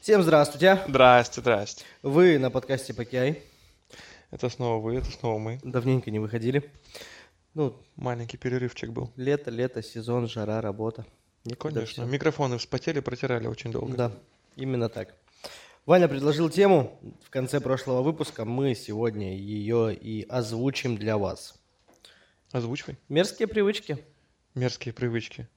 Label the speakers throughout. Speaker 1: Всем здравствуйте.
Speaker 2: Здрасте, здрасте.
Speaker 1: Вы на подкасте PKI.
Speaker 2: Это снова вы, это снова мы.
Speaker 1: Давненько не выходили. Ну,
Speaker 2: Маленький перерывчик был.
Speaker 1: лето, лето, сезон, жара, работа. Никуда
Speaker 2: Конечно.
Speaker 1: всё.
Speaker 2: Микрофоны вспотели, протирали очень долго.
Speaker 1: Да, именно так. Ваня предложил тему в конце прошлого выпуска. Мы сегодня ее и озвучим для вас.
Speaker 2: Озвучивай.
Speaker 1: Мерзкие привычки.
Speaker 2: Мерзкие привычки.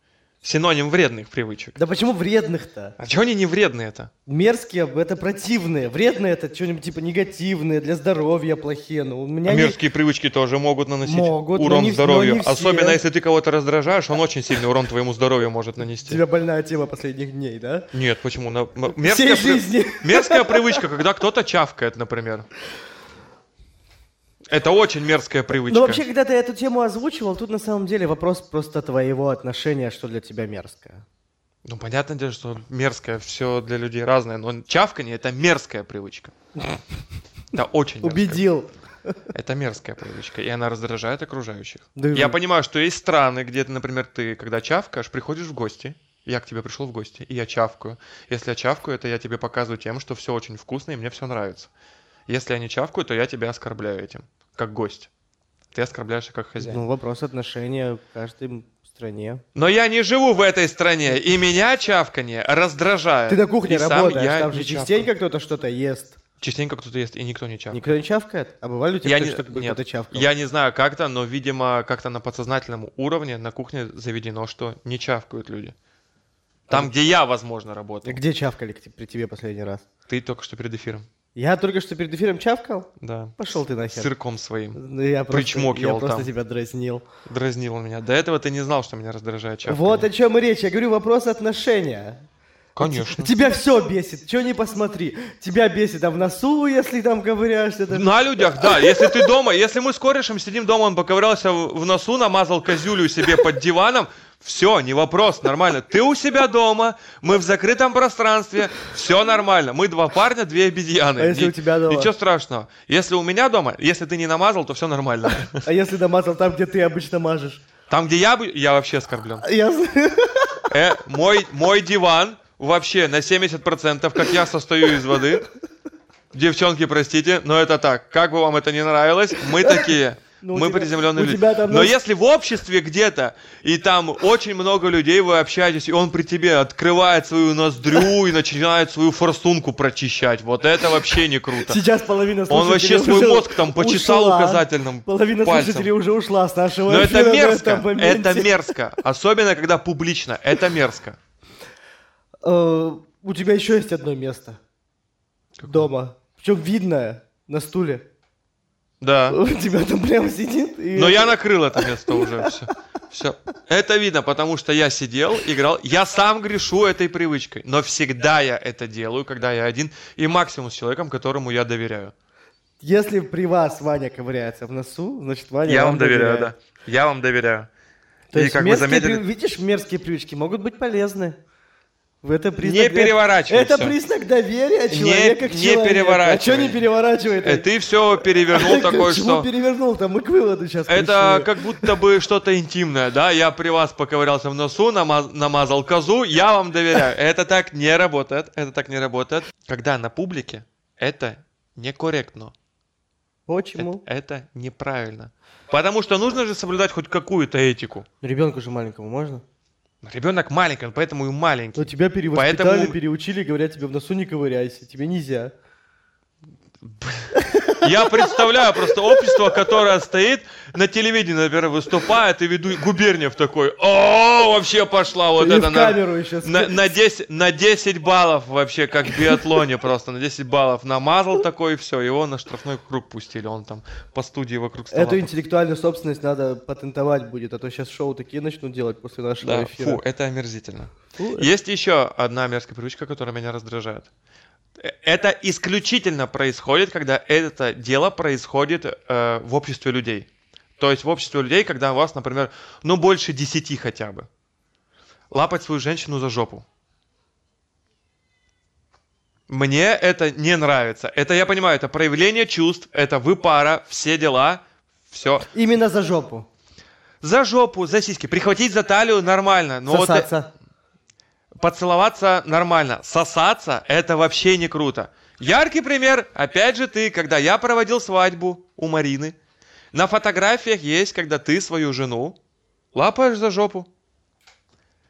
Speaker 2: Синоним вредных привычек.
Speaker 1: Да почему вредных-то?
Speaker 2: А чего они не вредные-то?
Speaker 1: Мерзкие – это противные. Вредные – это что-нибудь типа негативные, для здоровья плохие. Ну, у меня
Speaker 2: А
Speaker 1: не-
Speaker 2: мерзкие привычки тоже могут наносить
Speaker 1: Могут, но
Speaker 2: урон
Speaker 1: не- но
Speaker 2: здоровью.
Speaker 1: не все.
Speaker 2: Особенно если ты кого-то раздражаешь, он очень сильный урон твоему здоровью может
Speaker 1: У
Speaker 2: нанести.
Speaker 1: тебя больная тема последних дней, да?
Speaker 2: Нет, почему? На- м-
Speaker 1: Всей
Speaker 2: мерзкая, при-
Speaker 1: жизни.
Speaker 2: мерзкая привычка, когда кто-то чавкает, например. Это очень мерзкая привычка.
Speaker 1: Ну, вообще, когда ты эту тему озвучивал, тут на самом деле вопрос просто твоего отношения, что для тебя мерзкое.
Speaker 2: Ну, понятное дело, что мерзкое все для людей разное, но чавканье — это мерзкая привычка. Это очень мерзкая.
Speaker 1: Убедил.
Speaker 2: Это мерзкая привычка, и она раздражает окружающих.
Speaker 1: Да и
Speaker 2: Я
Speaker 1: вы-
Speaker 2: понимаю, что есть страны, где, ты, например, ты, когда чавкаешь, приходишь в гости, я к тебе пришел в гости, и я чавкаю. Если я чавкаю, это я тебе показываю тем, что все очень вкусно и мне все нравится. Если я не чавкаю, то я тебя оскорбляю этим, как гость. Ты оскорбляешься как хозяин.
Speaker 1: Ну, вопрос отношения в каждой стране.
Speaker 2: Но я не живу в этой стране, и меня чавканье раздражает.
Speaker 1: Ты на кухне
Speaker 2: Э, И сам
Speaker 1: работаешь,
Speaker 2: я
Speaker 1: там
Speaker 2: не
Speaker 1: же
Speaker 2: чавкаю.
Speaker 1: частенько кто-то что-то ест.
Speaker 2: Частенько кто-то ест, и никто не чавкает.
Speaker 1: Никто не чавкает? А бывали у тебя,
Speaker 2: Я
Speaker 1: кто-
Speaker 2: не-
Speaker 1: что кто-
Speaker 2: нет.
Speaker 1: кто-то чавкал?
Speaker 2: Я не знаю как-то, но, видимо, как-то на подсознательном уровне на кухне заведено, что не чавкают люди. Там, где я, возможно, работал.
Speaker 1: А Где чавкали к те- при тебе последний раз?
Speaker 2: Ты только что перед эфиром.
Speaker 1: Я только что перед эфиром чавкал?
Speaker 2: Да.
Speaker 1: Пошел ты
Speaker 2: С
Speaker 1: нахер.
Speaker 2: сырком своим.
Speaker 1: Ну, Я просто,
Speaker 2: Причмокивал
Speaker 1: я просто
Speaker 2: там.
Speaker 1: тебя дразнил.
Speaker 2: Дразнил он меня. До этого ты не знал, что меня раздражает чавканье.
Speaker 1: Вот о чем и речь. Я говорю, вопрос отношения.
Speaker 2: Конечно.
Speaker 1: Тебя все бесит, что не посмотри. Тебя бесит, а в носу, если там ковыряешься. это-
Speaker 2: На людях, да. Если ты дома, если мы с корешем сидим дома, он поковырялся в в носу, намазал козюлю себе под диваном, все, не вопрос, нормально. Ты у себя дома, мы в закрытом пространстве, все нормально. Мы два парня, две обезьяны.
Speaker 1: А если
Speaker 2: Ни-
Speaker 1: у тебя дома?
Speaker 2: Ничего страшного. Если у меня дома, если ты не намазал, то все нормально.
Speaker 1: А если намазал там, где ты обычно мажешь?
Speaker 2: Там, где я, бы- я вообще оскорблен.
Speaker 1: Я знаю.
Speaker 2: Э, мой, мой диван вообще на 70%, как я состою из воды. Девчонки, простите, но это так. Как бы вам это не нравилось, мы такие.
Speaker 1: Ну, у
Speaker 2: мы
Speaker 1: тебя-
Speaker 2: приземленные
Speaker 1: у
Speaker 2: люди.
Speaker 1: тебя там
Speaker 2: но
Speaker 1: нас-
Speaker 2: если в обществе где-то, и там очень много людей, вы общаетесь, и он при тебе открывает свою ноздрю и начинает свою форсунку прочищать. Вот это вообще не круто.
Speaker 1: Сейчас половина
Speaker 2: Он вообще
Speaker 1: слушателей
Speaker 2: свой
Speaker 1: уже
Speaker 2: мозг там почесал
Speaker 1: ушла.
Speaker 2: указательным
Speaker 1: Половина
Speaker 2: пальцем.
Speaker 1: слушателей уже ушла с нашего
Speaker 2: Но это
Speaker 1: эфира на
Speaker 2: мерзко,
Speaker 1: этом моменте.
Speaker 2: это мерзко. Особенно, когда публично, это мерзко.
Speaker 1: Э, У тебя еще есть одно место.
Speaker 2: Какое?
Speaker 1: Дома. Причем видно на стуле.
Speaker 2: Да.
Speaker 1: У тебя там прям сидит. и-
Speaker 2: Но я накрыл это место уже. Все. Все. Это видно, потому что я сидел, играл. Я сам грешу этой привычкой. Но всегда я это делаю, когда я один. И максимум с человеком, которому я доверяю.
Speaker 1: Если при вас Ваня ковыряется в носу, значит Ваня доверяет.
Speaker 2: да. Я вам доверяю.
Speaker 1: То
Speaker 2: И
Speaker 1: есть
Speaker 2: как вы
Speaker 1: мерзкие
Speaker 2: заметили-
Speaker 1: при- видишь, мерзкие привычки могут быть полезны. В это признак
Speaker 2: Не
Speaker 1: дов-
Speaker 2: переворачивай
Speaker 1: Это
Speaker 2: всё.
Speaker 1: признак доверия человека
Speaker 2: не
Speaker 1: к человеку. А что не
Speaker 2: переворачивай.
Speaker 1: переворачивает?
Speaker 2: Э, ты все перевернул такое,
Speaker 1: Чего
Speaker 2: что...
Speaker 1: перевернул-то? Мы к выводу сейчас
Speaker 2: Это
Speaker 1: пришли.
Speaker 2: как будто бы что-то интимное, да? Я при вас поковырялся в носу, намаз- намазал козу, я вам доверяю. Это так не работает, это так не работает. Когда на публике, это некорректно.
Speaker 1: Почему?
Speaker 2: Это, это неправильно. Потому что нужно же соблюдать хоть какую-то этику.
Speaker 1: Ребенку же маленькому можно?
Speaker 2: Ребенок маленький, он поэтому и маленький.
Speaker 1: Но Ну, тебя перевоспитали,
Speaker 2: Поэтому-
Speaker 1: переучили, говорят тебе в носу не ковыряйся, тебе нельзя. типа-
Speaker 2: Я представляю просто общество, которое стоит на телевидении, например, выступает, и веду Губерниев такой, о, вообще пошла вот
Speaker 1: И
Speaker 2: это
Speaker 1: в
Speaker 2: на-
Speaker 1: камеру еще. с-
Speaker 2: На, на, 10, на 10 баллов вообще, как в биатлоне просто, на 10 баллов намазал такой, все, его на штрафной круг пустили, он там по студии вокруг стола.
Speaker 1: Эту интеллектуальную собственность надо патентовать будет, а то сейчас шоу такие начнут делать после нашего
Speaker 2: Да,
Speaker 1: эфира.
Speaker 2: фу, это омерзительно.
Speaker 1: Фу,
Speaker 2: Есть еще одна мерзкая привычка, которая меня раздражает. Э, Это исключительно происходит, когда это дело происходит э, в обществе людей. То есть в обществе людей, когда у вас, например, ну больше 10 хотя бы. Лапать свою женщину за жопу. Мне это не нравится. Это я понимаю, это проявление чувств, это вы пара, все дела, все.
Speaker 1: Именно за жопу.
Speaker 2: За жопу, за сиськи, прихватить за талию нормально. Но вот э-
Speaker 1: Сосаться.
Speaker 2: Поцеловаться нормально, сосаться это вообще не круто. Яркий пример, опять же ты, когда я проводил свадьбу у Марины. На фотографиях есть, когда ты свою жену лапаешь за жопу.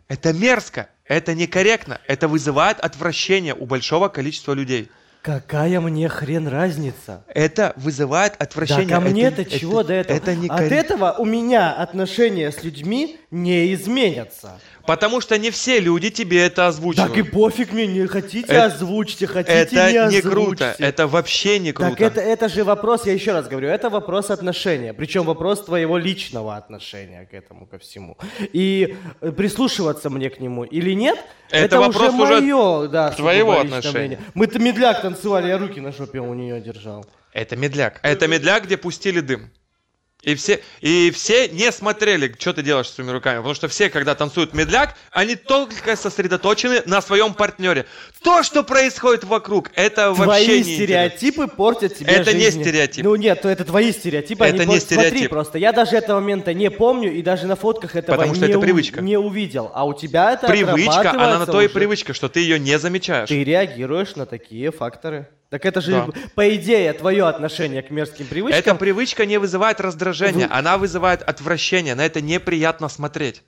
Speaker 2: Это мерзко, это некорректно, это вызывает отвращение у большого количества людей.
Speaker 3: Какая мне хрен разница?
Speaker 2: Это вызывает отвращение.
Speaker 3: Да ко мне-то
Speaker 2: Это-
Speaker 3: чего
Speaker 2: это-
Speaker 3: до этого?
Speaker 2: Это не
Speaker 1: От этого у меня отношения с людьми не изменятся.
Speaker 2: Потому что не все люди тебе это озвучивают.
Speaker 1: Так и пофиг мне, не хотите
Speaker 2: Э-
Speaker 1: озвучьте, хотите
Speaker 2: это
Speaker 1: не
Speaker 2: не
Speaker 1: озвучьте.
Speaker 2: круто, это вообще не круто.
Speaker 1: Так это, это же вопрос, я еще раз говорю, это вопрос отношения, причем вопрос твоего личного отношения к этому, ко всему. И э, прислушиваться мне к нему или нет,
Speaker 2: Это
Speaker 1: это,
Speaker 2: вопрос
Speaker 1: уже
Speaker 2: уже
Speaker 1: мое, да,
Speaker 2: твоего
Speaker 1: сугубо личное
Speaker 2: отношения.
Speaker 1: мнение. Мы-то медляк танцевали, я руки на жопе у нее держал.
Speaker 2: Это медляк. Это медляк, где пустили дым. И все, и все не смотрели, что ты делаешь своими руками. Потому что все, когда танцуют медляк, они только сосредоточены на своем партнере. То, что происходит вокруг, это вообще
Speaker 1: твои
Speaker 2: не интересно.
Speaker 1: стереотипы портят тебе
Speaker 2: Это не
Speaker 1: жизнь.
Speaker 2: стереотип.
Speaker 1: Ну нет, то это твои стереотипы.
Speaker 2: Это
Speaker 1: они
Speaker 2: не
Speaker 1: пор- Смотри
Speaker 2: стереотип.
Speaker 1: просто, я даже этого момента не помню и даже на фотках этого
Speaker 2: Потому что
Speaker 1: не,
Speaker 2: это
Speaker 1: у-
Speaker 2: привычка.
Speaker 1: не увидел. А у тебя это
Speaker 2: Привычка, она на
Speaker 1: отрабатывается
Speaker 2: то и
Speaker 1: уже.
Speaker 2: привычка, что ты ее не замечаешь.
Speaker 1: Ты реагируешь на такие факторы. Так это же,
Speaker 2: Да.
Speaker 1: по идее, твое отношение к мерзким привычкам.
Speaker 2: Эта привычка не вызывает раздражения,
Speaker 1: Вы-
Speaker 2: она вызывает отвращение. На это неприятно смотреть.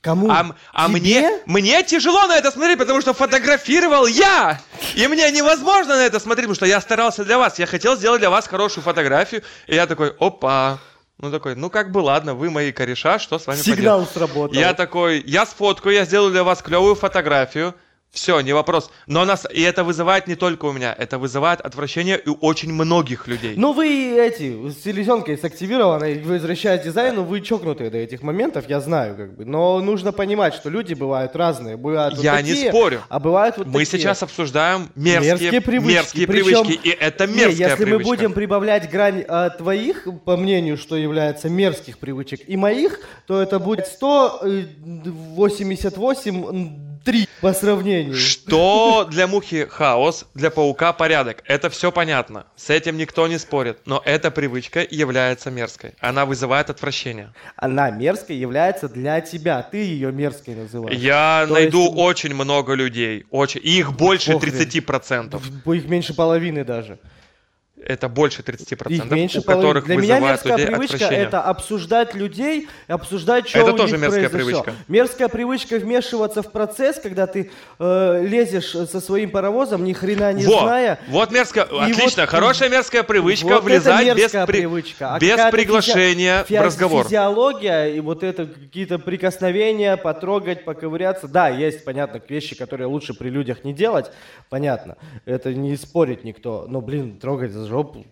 Speaker 1: Кому?
Speaker 2: А, м- а
Speaker 1: Тебе?
Speaker 2: мне, мне тяжело на это смотреть, потому что фотографировал я. И мне невозможно на это смотреть, потому что я старался для вас. Я хотел сделать для вас хорошую фотографию. И я такой, опа. Ну такой, ну как бы ладно, вы мои кореша, что с вами
Speaker 1: Сигнал
Speaker 2: поделать?
Speaker 1: сработал.
Speaker 2: Я такой, я сфоткаю, я сделаю для вас клевую фотографию. Все, не вопрос. Но нас и это вызывает не только у меня, это вызывает отвращение у очень многих людей.
Speaker 1: Ну вы эти, с селезенкой с активированной, возвращаясь к дизайну, вы чокнутые до этих моментов, я знаю как бы. Но нужно понимать, что люди бывают разные. Бывают вот
Speaker 2: Я не
Speaker 1: такие,
Speaker 2: спорю.
Speaker 1: А бывают вот
Speaker 2: Мы
Speaker 1: такие.
Speaker 2: сейчас обсуждаем мерзкие, мерзкие привычки,
Speaker 1: Причем-
Speaker 2: и это
Speaker 1: Не,
Speaker 2: мерзкая
Speaker 1: если
Speaker 2: привычка.
Speaker 1: мы будем прибавлять грань э, твоих, по мнению, что является мерзких привычек, и моих, то это будет э, 188,3 по сравнению.
Speaker 2: Что для мухи хаос, для паука порядок. Это все понятно. С этим никто не спорит. Но эта привычка является мерзкой. Она вызывает отвращение.
Speaker 1: Она мерзкой является для тебя, ты ее мерзкой называешь.
Speaker 2: Я
Speaker 1: То
Speaker 2: найду
Speaker 1: есть-
Speaker 2: очень много людей. Очень. и Их больше
Speaker 1: Похрен.
Speaker 2: 30%.
Speaker 1: Их меньше половины даже.
Speaker 2: Это больше 30%.
Speaker 1: Их меньше
Speaker 2: у которых
Speaker 1: половины. Для меня
Speaker 2: вызывает
Speaker 1: мерзкая
Speaker 2: людей
Speaker 1: привычка
Speaker 2: отвращение.
Speaker 1: это обсуждать людей, обсуждать, что
Speaker 2: Это
Speaker 1: у
Speaker 2: тоже
Speaker 1: них
Speaker 2: мерзкая
Speaker 1: произошло.
Speaker 2: привычка.
Speaker 1: Мерзкая привычка вмешиваться в процесс, когда ты э, лезешь со своим паровозом, ни хрена а не
Speaker 2: Во!
Speaker 1: зная.
Speaker 2: Вот мерзкая, отлично,
Speaker 1: вот-
Speaker 2: хорошая мерзкая привычка
Speaker 1: Вот
Speaker 2: влезать
Speaker 1: это
Speaker 2: без,
Speaker 1: мерзкая
Speaker 2: при-
Speaker 1: привычка. А
Speaker 2: без
Speaker 1: какая-то
Speaker 2: приглашения
Speaker 1: физи-
Speaker 2: в
Speaker 1: физи-
Speaker 2: разговор.
Speaker 1: Физиология и вот это какие-то прикосновения, потрогать, поковыряться. Да, есть, понятно, вещи, которые лучше при людях не делать. Понятно, это не спорит никто. Но, блин, трогать за жопу.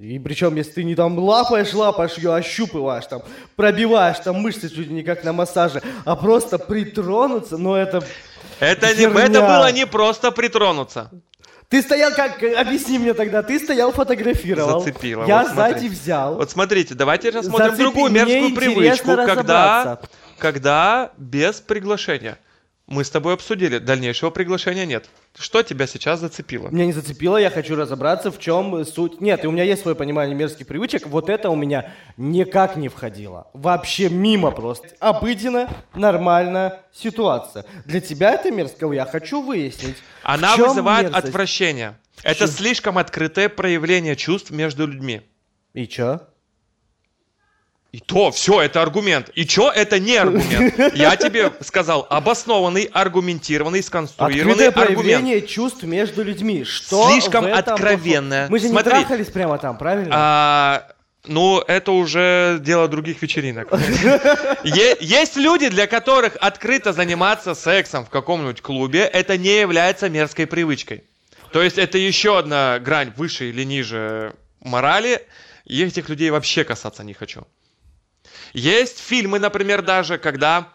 Speaker 1: И причем, если ты не там лапаешь, лапаешь ее, ощупываешь, там, пробиваешь, там мышцы чуть ли не как на массаже, а просто притронуться, ну это...
Speaker 2: Это, не,
Speaker 1: Херня.
Speaker 2: это было не просто притронуться.
Speaker 1: Ты стоял как... Объясни мне тогда, ты стоял фотографировал.
Speaker 2: Зацепила,
Speaker 1: Я
Speaker 2: вот смотри.
Speaker 1: сзади взял.
Speaker 2: Вот смотрите, давайте рассмотрим
Speaker 1: Зацепи-
Speaker 2: другую
Speaker 1: мне
Speaker 2: мерзкую
Speaker 1: интересно
Speaker 2: привычку, когда,
Speaker 1: разобраться.
Speaker 2: когда без приглашения. Мы с тобой обсудили, дальнейшего приглашения нет. Что тебя сейчас зацепило?
Speaker 1: Меня не зацепило, я хочу разобраться, в чем суть. Нет, и у меня есть свое понимание мерзких привычек. Вот это у меня никак не входило. Вообще мимо просто. Обыденно, нормальная ситуация. Для тебя это мерзко, я хочу выяснить. в
Speaker 2: Она
Speaker 1: чем
Speaker 2: вызывает
Speaker 1: мерзость.
Speaker 2: отвращение. Это
Speaker 1: Чё?
Speaker 2: слишком открытое проявление чувств между людьми.
Speaker 1: И чё?
Speaker 2: И то, все, это аргумент. И чё, это не аргумент. Я тебе сказал, обоснованный, аргументированный, сконструированный
Speaker 1: Открытое
Speaker 2: аргумент.
Speaker 1: проявление чувств между людьми. Что
Speaker 2: Слишком
Speaker 1: в этом плохого?
Speaker 2: откровенное.
Speaker 1: Мы же
Speaker 2: Смотри.
Speaker 1: не трахались прямо там, правильно?
Speaker 2: А, ну, это уже дело других вечеринок. Е- Есть люди, для которых открыто заниматься сексом в каком-нибудь клубе, это не является мерзкой привычкой. То есть это еще одна грань выше или ниже морали. И этих людей вообще касаться не хочу. Есть фильмы, например, даже, когда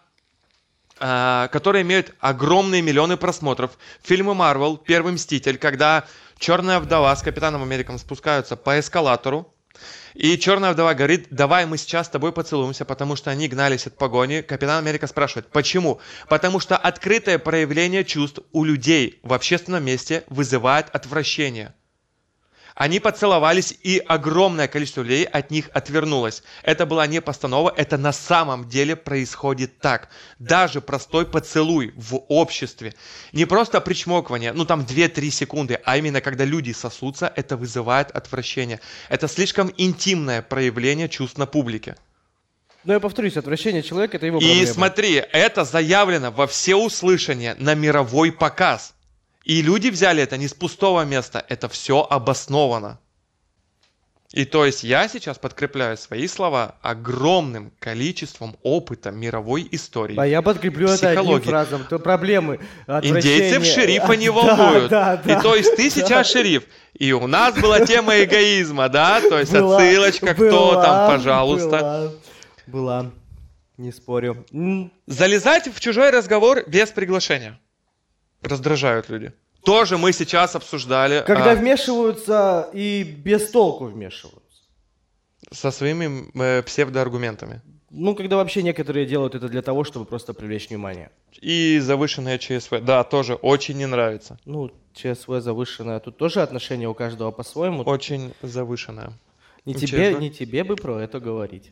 Speaker 2: а, которые имеют огромные миллионы просмотров. Фильмы Марвел, Первый Мститель, когда Черная Вдова с Капитаном Америком спускаются по эскалатору, и Черная Вдова говорит, давай мы сейчас с тобой поцелуемся, потому что они гнались от погони. Капитан Америка спрашивает, почему? Потому что открытое проявление чувств у людей в общественном месте вызывает отвращение. Они поцеловались, и огромное количество людей от них отвернулось. Это была не постанова, это на самом деле происходит так. Даже простой поцелуй в обществе. Не просто причмокивание, ну там 2-3 секунды, а именно когда люди сосутся, это вызывает отвращение. Это слишком интимное проявление чувств на публике.
Speaker 1: Но я повторюсь, отвращение человека это его
Speaker 2: И
Speaker 1: проблема.
Speaker 2: смотри, это заявлено во всеуслышание на мировой показ. И люди взяли это не с пустого места, это все обосновано. И то есть я сейчас подкрепляю свои слова огромным количеством опыта мировой истории.
Speaker 1: А я подкреплю это одним
Speaker 2: психологии.
Speaker 1: фразом. То проблемы. отвращение.
Speaker 2: Индейцев шерифа не
Speaker 1: Да,
Speaker 2: волнуют.
Speaker 1: Да, да,
Speaker 2: И то есть ты сейчас шериф. И у нас была тема эгоизма, да? То есть
Speaker 1: Была,
Speaker 2: отсылочка, кто
Speaker 1: была,
Speaker 2: там, пожалуйста.
Speaker 1: Была. была. Не спорю. М,
Speaker 2: Залезать в чужой разговор без приглашения. Раздражают люди. Тоже мы сейчас обсуждали
Speaker 1: Когда
Speaker 2: а,
Speaker 1: вмешиваются и без толку вмешиваются.
Speaker 2: со своими э, псевдоаргументами.
Speaker 1: Ну, когда вообще некоторые делают это для того, чтобы просто привлечь внимание.
Speaker 2: И завышенное ЧСВ. Да, тоже очень не нравится.
Speaker 1: Ну, ЧСВ завышенное. Тут тоже отношение у каждого по-своему.
Speaker 2: Очень завышенное.
Speaker 1: не,
Speaker 2: ЧСВ.
Speaker 1: тебе, не тебе бы про это говорить.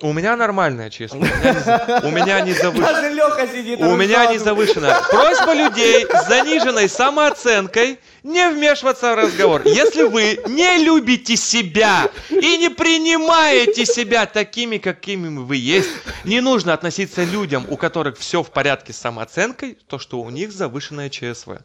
Speaker 2: У меня нормальное ЧСВ. У меня не за- У меня не завышенное.
Speaker 1: Даже Леха сидит.
Speaker 2: У меня не завышено. Просьба людей с заниженной самооценкой не вмешиваться в разговор. Если вы не любите себя и не принимаете себя такими, какими вы есть, не нужно относиться людям, у которых все в порядке с самооценкой, то, что у них завышенное ЧСВ.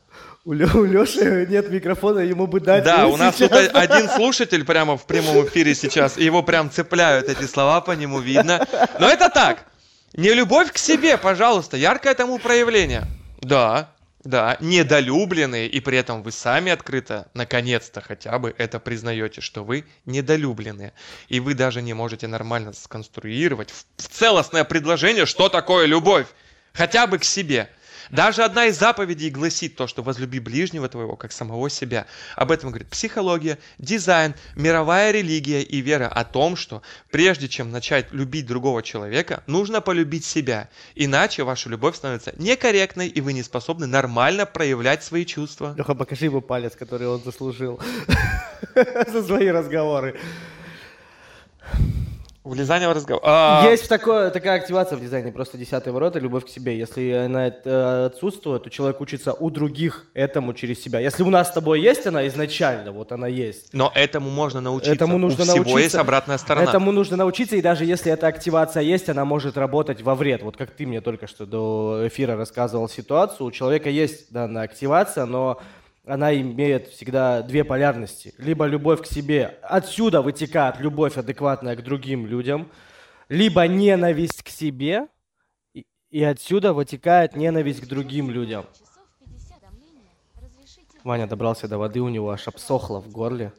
Speaker 1: У, Лё- у Лёши нет микрофона, ему бы дать.
Speaker 2: Да,
Speaker 1: его
Speaker 2: у нас
Speaker 1: сейчас.
Speaker 2: тут о- один слушатель прямо в прямом эфире сейчас, и его прям цепляют эти слова, по нему видно. Но это так. Не любовь к себе, пожалуйста, яркое тому проявление. Да, да, недолюбленные, и при этом вы сами открыто, наконец-то хотя бы это признаете, что вы недолюбленные. И вы даже не можете нормально сконструировать в- в целостное предложение, что такое любовь. Хотя бы к себе. Даже одна из заповедей гласит то, что возлюби ближнего твоего, как самого себя. Об этом говорит психология, дизайн, мировая религия и вера о том, что прежде чем начать любить другого человека, нужно полюбить себя. Иначе ваша любовь становится некорректной, и вы не способны нормально проявлять свои чувства.
Speaker 1: Леха, покажи ему палец, который он заслужил за свои разговоры.
Speaker 2: Влезание в разговор. А,
Speaker 1: Есть такое, такая активация в дизайне, просто десятые ворота, любовь к себе. Если она э, отсутствует, то человек учится у других этому через себя. Если у нас с тобой есть она изначально, вот она есть.
Speaker 2: Но этому можно научиться.
Speaker 1: Этому нужно
Speaker 2: У всего
Speaker 1: научиться.
Speaker 2: есть обратная сторона.
Speaker 1: Этому нужно научиться, и даже если эта активация есть, она может работать во вред. Вот как ты мне только что до эфира рассказывал ситуацию, у человека есть данная активация, но она имеет всегда две полярности. Либо любовь к себе, отсюда вытекает любовь адекватная к другим людям, либо ненависть к себе, и- и отсюда вытекает ненависть к другим людям. Ваня добрался до воды, у него аж обсохло в горле.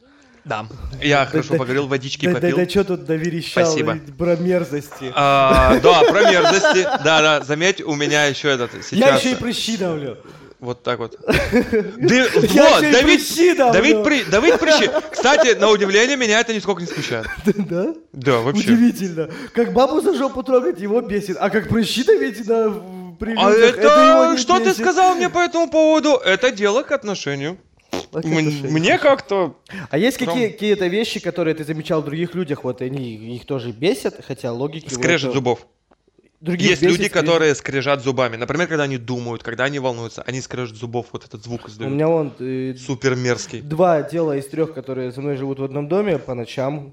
Speaker 2: Да. Я хорошо
Speaker 1: да-
Speaker 2: поговорил, водички
Speaker 1: Да, да,
Speaker 2: попил.
Speaker 1: да что тут доверещал
Speaker 2: Спасибо.
Speaker 1: про мерзости?
Speaker 2: А, да, про мерзости. Да, да, заметь, у меня еще этот
Speaker 1: Я
Speaker 2: сейчас
Speaker 1: еще и прыщи давлю.
Speaker 2: вот так вот. Ды-
Speaker 1: Я
Speaker 2: вот,
Speaker 1: еще и
Speaker 2: Давид,
Speaker 1: прыщи давлю.
Speaker 2: Давид, при- Давид прыщи. Кстати, на удивление меня это нисколько не смущает.
Speaker 1: Да?
Speaker 2: Да, вообще.
Speaker 1: Удивительно. Как бабу за жопу трогать, его бесит. А как прыщи давить на в- при
Speaker 2: А
Speaker 1: людях, его
Speaker 2: это
Speaker 1: не
Speaker 2: что ты
Speaker 1: бесит.
Speaker 2: сказал мне по этому поводу? Это дело к отношению.
Speaker 1: А как
Speaker 2: М-
Speaker 1: отношение?
Speaker 2: Мне как-то
Speaker 1: А есть
Speaker 2: Прям-
Speaker 1: какие- какие-то вещи, которые ты замечал в других людях, вот они их тоже бесят, хотя логики... в
Speaker 2: скрежет
Speaker 1: этом-
Speaker 2: зубов.
Speaker 1: Других
Speaker 2: Есть
Speaker 1: бесит
Speaker 2: люди,
Speaker 1: скрежет.
Speaker 2: которые скрежат зубами. Например, когда они думают, когда они волнуются, они скрежут зубов. Вот этот звук
Speaker 1: У
Speaker 2: издают.
Speaker 1: меня вон э,
Speaker 2: Супер мерзкий.
Speaker 1: два дела из трех, которые со мной живут в одном доме по ночам.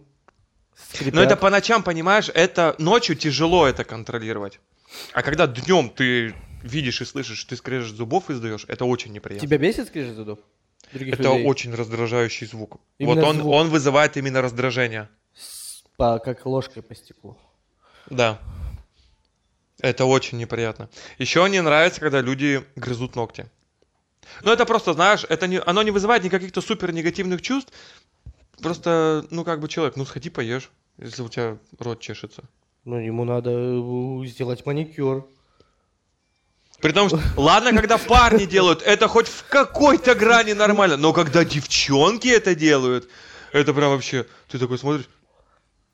Speaker 1: скрипят.
Speaker 2: Но Ну, это по ночам, понимаешь, это ночью тяжело это контролировать. А когда днем ты видишь и слышишь, ты скрежешь зубов издаешь, это очень неприятно.
Speaker 1: Тебя бесит скрежет зубов? Других
Speaker 2: это
Speaker 1: людей?
Speaker 2: очень раздражающий звук.
Speaker 1: Именно
Speaker 2: вот он,
Speaker 1: звук.
Speaker 2: он вызывает именно раздражение.
Speaker 1: С- по- как ложкой по стеклу.
Speaker 2: Да. Это очень неприятно. Еще не нравится, когда люди грызут ногти. Но это просто, знаешь, это не, оно не вызывает никаких-то супер негативных чувств. Просто, ну как бы человек, ну сходи поешь, если у тебя рот чешется.
Speaker 1: Ну, ему надо э, сделать маникюр.
Speaker 2: Притом, что- ладно, когда парни делают, это хоть в какой-то грани нормально, но когда девчонки это делают, это прям вообще, ты такой смотришь,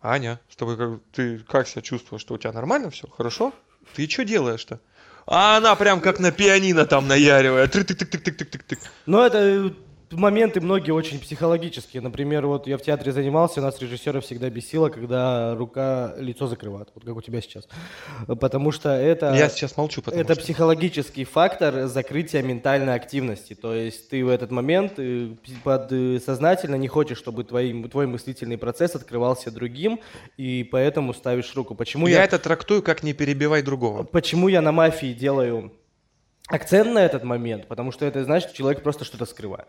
Speaker 2: Аня, с тобой как, ты как себя чувствуешь, что у тебя нормально все, хорошо? Ты что делаешь-то? А она прям как на пианино там наяривает. Тры-тык-тык-тык-тык-тык-тык.
Speaker 1: Но это э, моменты многие очень психологические. Например, вот я в театре занимался, нас режиссера всегда бесило, когда рука лицо закрывает, вот как у тебя сейчас. Потому что это...
Speaker 2: Я сейчас молчу, потому
Speaker 1: это
Speaker 2: что...
Speaker 1: психологический фактор закрытия ментальной активности. То есть ты в этот момент э, пи- под, э, сознательно не хочешь, чтобы твои, твой мыслительный процесс открывался другим, и поэтому ставишь руку. Почему
Speaker 2: я
Speaker 1: я, А
Speaker 2: это трактую как не перебивай другого.
Speaker 1: почему я на мафии делаю акцент на этот момент? Потому что это значит, что человек просто что-то скрывает.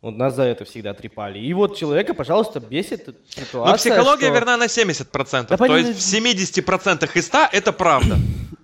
Speaker 1: Вот нас за это всегда трепали. И вот человека, пожалуйста, бесит ситуация.
Speaker 2: Но психология
Speaker 1: что
Speaker 2: верна на 70%.
Speaker 1: Да
Speaker 2: то
Speaker 1: понятно.
Speaker 2: есть в 70% из 100 это правда.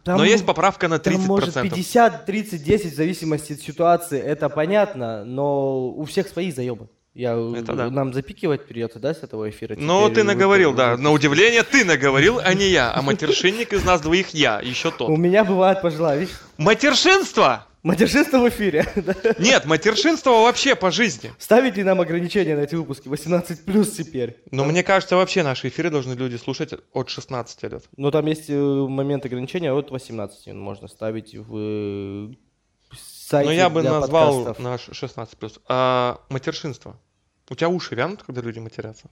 Speaker 1: там-
Speaker 2: Но есть поправка на 30%.
Speaker 1: Там, может, 50, 30, 10, в зависимости от ситуации, это понятно, но у всех свои заебы. Я,
Speaker 2: Это да.
Speaker 1: Нам запикивать придется, да, с этого эфира?
Speaker 2: Ну,
Speaker 1: Теперь
Speaker 2: ты
Speaker 1: вот
Speaker 2: наговорил,
Speaker 1: это
Speaker 2: да.
Speaker 1: вот.
Speaker 2: На удивление ты наговорил, а не я. А матершинник из нас двоих я, еще
Speaker 1: У
Speaker 2: тот.
Speaker 1: меня бывает пожила, видишь?
Speaker 2: Матершинство?
Speaker 1: Мадержиста в эфире. да.
Speaker 2: Нет, матершинство вообще по жизни.
Speaker 1: Ставить ли нам ограничения на эти выпуски? 18 плюс теперь.
Speaker 2: Но мне кажется, вообще наши эфиры должны люди слушать от 16 лет.
Speaker 1: Но там есть э, момент ограничения от 18 можно ставить в э, сайте
Speaker 2: Но Ну, я бы
Speaker 1: для
Speaker 2: назвал
Speaker 1: подкастов.
Speaker 2: наш 16 плюс. А, матершинство. У тебя уши вянут, когда люди матерятся?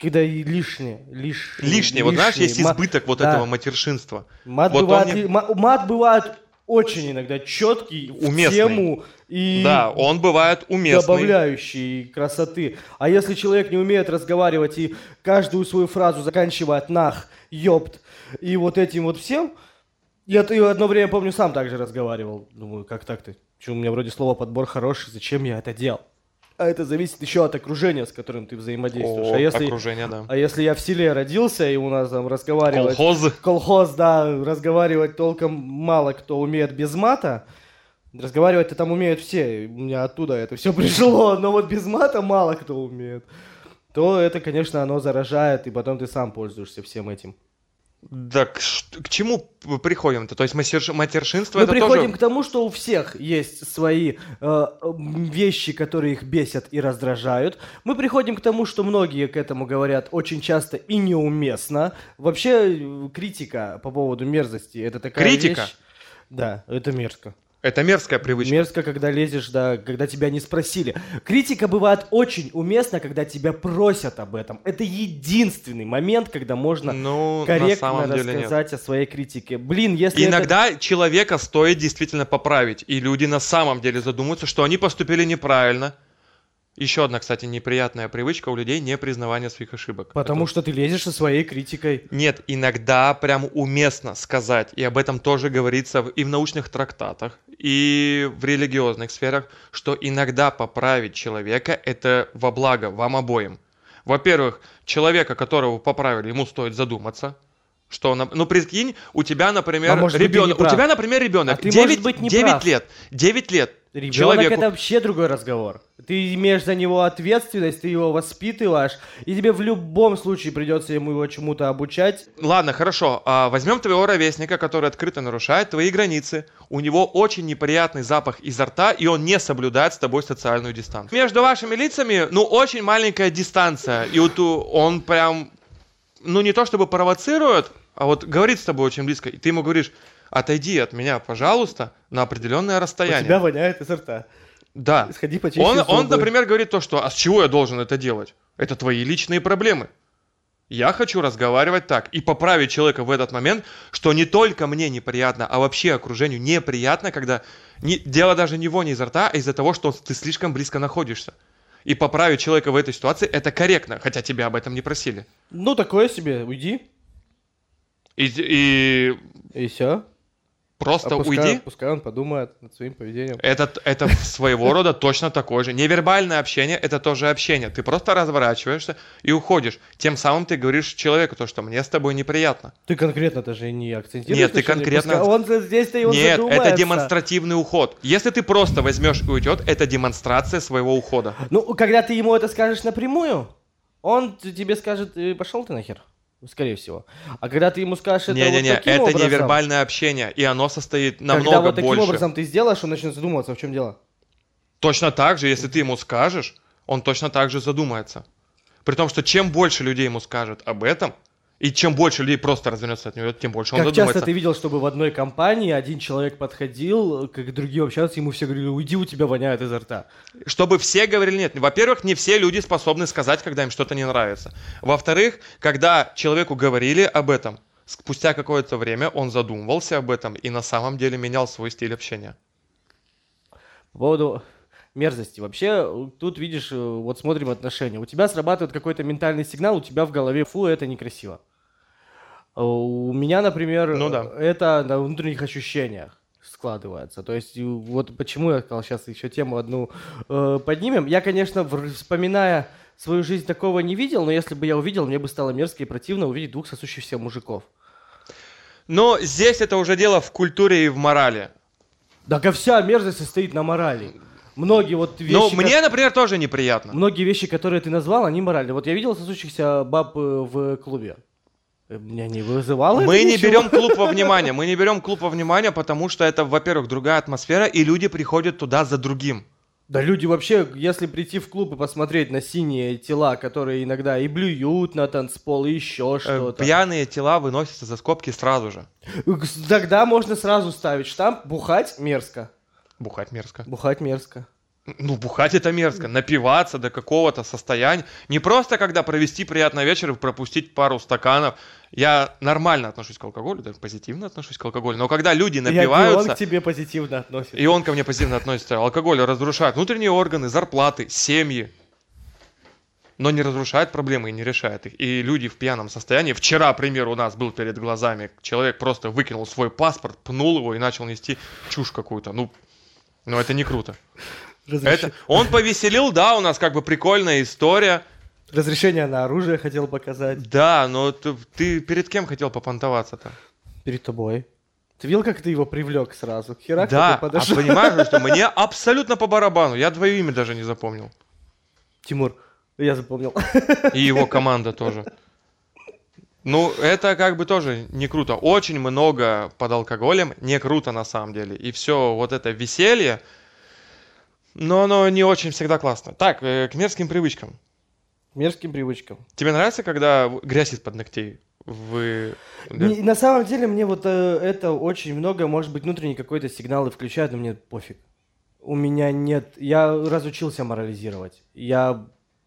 Speaker 1: Когда и лишнее, лиш- лишнее.
Speaker 2: Лишнее. Вот знаешь, есть
Speaker 1: Ма-
Speaker 2: избыток вот
Speaker 1: да.
Speaker 2: этого матершинства.
Speaker 1: Мат,
Speaker 2: Вот он
Speaker 1: бывает,
Speaker 2: мне-
Speaker 1: ли- ма- мат бывает очень иногда четкий, в
Speaker 2: Уместный.
Speaker 1: тему и
Speaker 2: Да, он бывает уместный.
Speaker 1: добавляющий красоты. А если человек не умеет разговаривать и каждую свою фразу заканчивает нах, ёпт, и вот этим вот всем, я ты одно время, помню, сам так же разговаривал. Думаю, как так ты? Че, у меня вроде слово подбор хороший, зачем я это делал? А это зависит еще от окружения, с которым ты взаимодействуешь.
Speaker 2: О,
Speaker 1: а, если,
Speaker 2: окружение, да.
Speaker 1: а если я в селе родился, и у нас там разговаривать
Speaker 2: Колхоз.
Speaker 1: колхоз, да, разговаривать толком мало кто умеет без мата. Разговаривать-то там умеют все, и у меня оттуда это все пришло, но вот без мата мало кто умеет. То это, конечно, оно заражает, и потом ты сам пользуешься всем этим.
Speaker 2: Да, к, ш- к чему п- приходим-то? То есть мастерш- матершинство
Speaker 1: Мы
Speaker 2: это
Speaker 1: приходим
Speaker 2: тоже...
Speaker 1: к тому, что у всех есть свои э, м, вещи, которые их бесят и раздражают. Мы приходим к тому, что многие к этому говорят очень часто и неуместно. Вообще э, критика по поводу мерзости это такая
Speaker 2: Критика?
Speaker 1: вещь- Да, это мерзко.
Speaker 2: Это мерзкая привычка.
Speaker 1: Мерзко, когда лезешь, да, когда тебя не спросили. Критика бывает очень уместна, когда тебя просят об этом. Это единственный момент, когда можно
Speaker 2: Ну, на
Speaker 1: корректно
Speaker 2: самом деле нет.
Speaker 1: рассказать о своей критике. Блин, если это-
Speaker 2: Иногда человека стоит действительно поправить, и люди на самом деле задумаются, что они поступили неправильно. Еще одна, кстати, неприятная привычка у людей не признавание своих ошибок.
Speaker 1: Потому что ты лезешь со своей критикой.
Speaker 2: Нет, иногда прям уместно сказать, и об этом тоже говорится в- и в научных трактатах, и в религиозных сферах, что иногда поправить человека – это во благо вам обоим. Во-первых, человека, которого поправили, ему стоит задуматься, что он... Ну, прикинь, у тебя, например,
Speaker 1: А может быть, и
Speaker 2: ребенок...
Speaker 1: не
Speaker 2: У
Speaker 1: прав.
Speaker 2: тебя, например, ребенок.
Speaker 1: А ты,
Speaker 2: 9,
Speaker 1: может быть, не
Speaker 2: 9
Speaker 1: прав.
Speaker 2: лет. 9 лет.
Speaker 1: Ребенок
Speaker 2: человеку...
Speaker 1: это вообще другой разговор. Ты имеешь за него ответственность, ты его воспитываешь, и тебе в любом случае придется ему его чему-то обучать.
Speaker 2: Ладно, хорошо. А, возьмем твоего ровесника, который открыто нарушает твои границы. У него очень неприятный запах изо рта, и он не соблюдает с тобой социальную дистанцию. Между вашими лицами, ну, очень маленькая дистанция. И вот у- он прям, ну, не то чтобы провоцирует, а вот говорит с тобой очень близко. И ты ему говоришь, отойди от меня, пожалуйста, на определенное
Speaker 1: У
Speaker 2: расстояние.
Speaker 1: тебя воняет изо рта.
Speaker 2: Да.
Speaker 1: Сходи почисти
Speaker 2: Он, он,
Speaker 1: зубы.
Speaker 2: например, говорит то, что «А с чего я должен это делать? Это твои личные проблемы». Я хочу разговаривать так и поправить человека в этот момент, что не только мне неприятно, а вообще окружению неприятно, когда не- дело даже не вони изо рта, а из-за того, что ты слишком близко находишься. И поправить человека в этой ситуации это корректно, хотя тебя об этом не просили.
Speaker 1: Ну, такое себе, уйди.
Speaker 2: И, и
Speaker 1: И все.
Speaker 2: просто уйди.
Speaker 1: Пускай он подумает над своим поведением.
Speaker 2: Это, это своего рода точно такое же. Невербальное общение это тоже общение. Ты просто разворачиваешься и уходишь. Тем самым ты говоришь человеку то, что мне с тобой неприятно.
Speaker 1: Ты конкретно даже не акцентируешь.
Speaker 2: Нет, ты
Speaker 1: на себе,
Speaker 2: конкретно-
Speaker 1: пускай Он за- здесь-то и он
Speaker 2: Нет,
Speaker 1: задумается.
Speaker 2: это демонстративный уход. Если ты просто возьмешь и уйдет, это демонстрация своего ухода.
Speaker 1: Ну, когда ты ему это скажешь напрямую, он т- тебе скажет, пошел ты нахер, скорее всего. А когда ты ему скажешь это вот
Speaker 2: Не-не-не,
Speaker 1: таким
Speaker 2: это
Speaker 1: образом,
Speaker 2: невербальное общение, и оно состоит намного
Speaker 1: когда вот таким
Speaker 2: больше.
Speaker 1: образом ты сделаешь, он начнет задумываться, а в чем дело.
Speaker 2: Точно так же, если ты ему скажешь, он точно так же задумается. При том, что чем больше людей ему скажет об этом, И чем больше людей просто развернется от него, тем больше он
Speaker 1: Как часто
Speaker 2: задумается.
Speaker 1: ты видел, чтобы в одной компании один человек подходил, э, как другие общаются, ему все говорили, уйди, у тебя воняет изо рта.
Speaker 2: Чтобы все говорили нет. Во-первых, не все люди способны сказать, когда им что-то не нравится. Во-вторых, когда человеку говорили об этом, спустя какое-то время он задумывался об этом и на самом деле менял свой стиль общения.
Speaker 1: По поводу мерзости. Вообще, э, тут видишь, э, вот смотрим отношения. У тебя срабатывает какой-то ментальный сигнал, у тебя в голове, фу, это некрасиво. Э, У меня, например,
Speaker 2: Ну да.
Speaker 1: э, это на внутренних ощущениях складывается. То есть, э, вот почему я сказал, сейчас еще тему одну э, поднимем. Я, конечно, вр- вспоминая свою жизнь, такого не видел, но если бы я увидел, мне бы стало мерзко и противно увидеть двух сосущихся мужиков.
Speaker 2: Но здесь это уже дело в культуре и в морали.
Speaker 1: Да вся мерзость состоит на морали. Многие вот вещи... Ну,
Speaker 2: Но
Speaker 1: ко-
Speaker 2: мне, например, тоже неприятно.
Speaker 1: Многие вещи, которые ты назвал, они моральны. Вот я видел сосущихся баб э, в клубе. Э, Меня не вызывало это
Speaker 2: Мы не
Speaker 1: ничего.
Speaker 2: берем клуб во внимание. Мы не берем клуб во внимание, потому что это, во-первых, другая атмосфера, и люди приходят туда за другим.
Speaker 1: Да люди вообще, если прийти в клуб и посмотреть на синие тела, которые иногда и блюют на танцпол, и еще
Speaker 2: Э,
Speaker 1: что-то.
Speaker 2: Пьяные тела выносятся за скобки сразу же.
Speaker 1: Э, Тогда можно сразу ставить штамп «бухать мерзко».
Speaker 2: Бухать мерзко.
Speaker 1: Бухать мерзко.
Speaker 2: Ну, бухать это мерзко. Напиваться до какого-то состояния. Не просто когда провести приятный вечер и пропустить пару стаканов. Я нормально отношусь к алкоголю, даже позитивно отношусь к алкоголю. Но когда люди
Speaker 1: И он
Speaker 2: напиваются,
Speaker 1: к тебе позитивно относится.
Speaker 2: и он ко мне позитивно относится, алкоголь разрушает внутренние органы, зарплаты, семьи. Но не разрушает проблемы и не решает их. И люди в пьяном состоянии. Вчера, пример, у нас был перед глазами. Человек просто выкинул свой паспорт, пнул его и начал нести чушь какую-то. Ну, ну это не круто.
Speaker 1: Разреши-
Speaker 2: Это, он повеселил, да, у нас как бы прикольная история.
Speaker 1: Разрешение на оружие хотел показать.
Speaker 2: Да, но ты, ты перед кем хотел попонтоваться-то?
Speaker 1: Перед тобой. Ты видел, как ты его привлек сразу? Херак,
Speaker 2: да,
Speaker 1: ты
Speaker 2: а
Speaker 1: подошел.
Speaker 2: понимаешь, что мне абсолютно по барабану. Я твое имя даже не запомнил.
Speaker 1: Тимур, я запомнил.
Speaker 2: И его команда тоже. Ну, это как бы тоже не круто. Очень много под алкоголем не круто на самом деле. И все вот это веселье, но оно не очень всегда классно. Так, э, к мерзким привычкам.
Speaker 1: Мерзким привычкам.
Speaker 2: Тебе нравится, когда в- грязь из-под ногтей? Вы... да?
Speaker 1: Не- на самом деле мне вот э, это очень много, может быть, внутренний какой-то сигналы включают, но мне пофиг. У меня нет... Я разучился морализировать. Я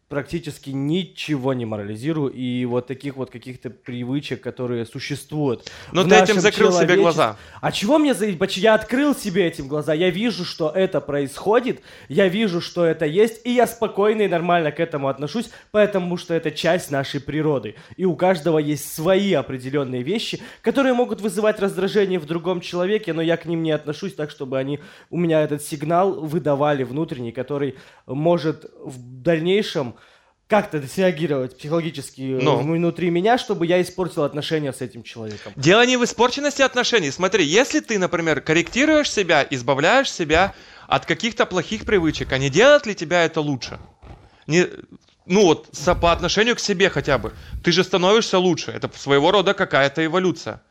Speaker 1: практически ничего не морализирую, и вот таких вот каких-то привычек, которые существуют.
Speaker 2: Но
Speaker 1: в
Speaker 2: Ну, ты этим
Speaker 1: нашем
Speaker 2: закрыл себе
Speaker 1: человечестве-
Speaker 2: глаза.
Speaker 1: А чего мне заебать? Я открыл себе этим глаза, я вижу, что это происходит, я вижу, что это есть, и я спокойно и нормально к этому отношусь, потому что это часть нашей природы. И у каждого есть свои определенные вещи, которые могут вызывать раздражение в другом человеке, но я к ним не отношусь так, чтобы они у меня этот сигнал выдавали внутренний, который может в дальнейшем как-то среагировать психологически э,
Speaker 2: Ну.
Speaker 1: внутри меня, чтобы я испортил отношения с этим человеком.
Speaker 2: Дело не в испорченности отношений. Смотри, если ты, например, корректируешь себя, избавляешь себя от каких-то плохих привычек, а не делает ли тебя это лучше? Не- ну вот, со- по отношению к себе хотя бы. Ты же становишься лучше. Это своего рода какая-то эволюция.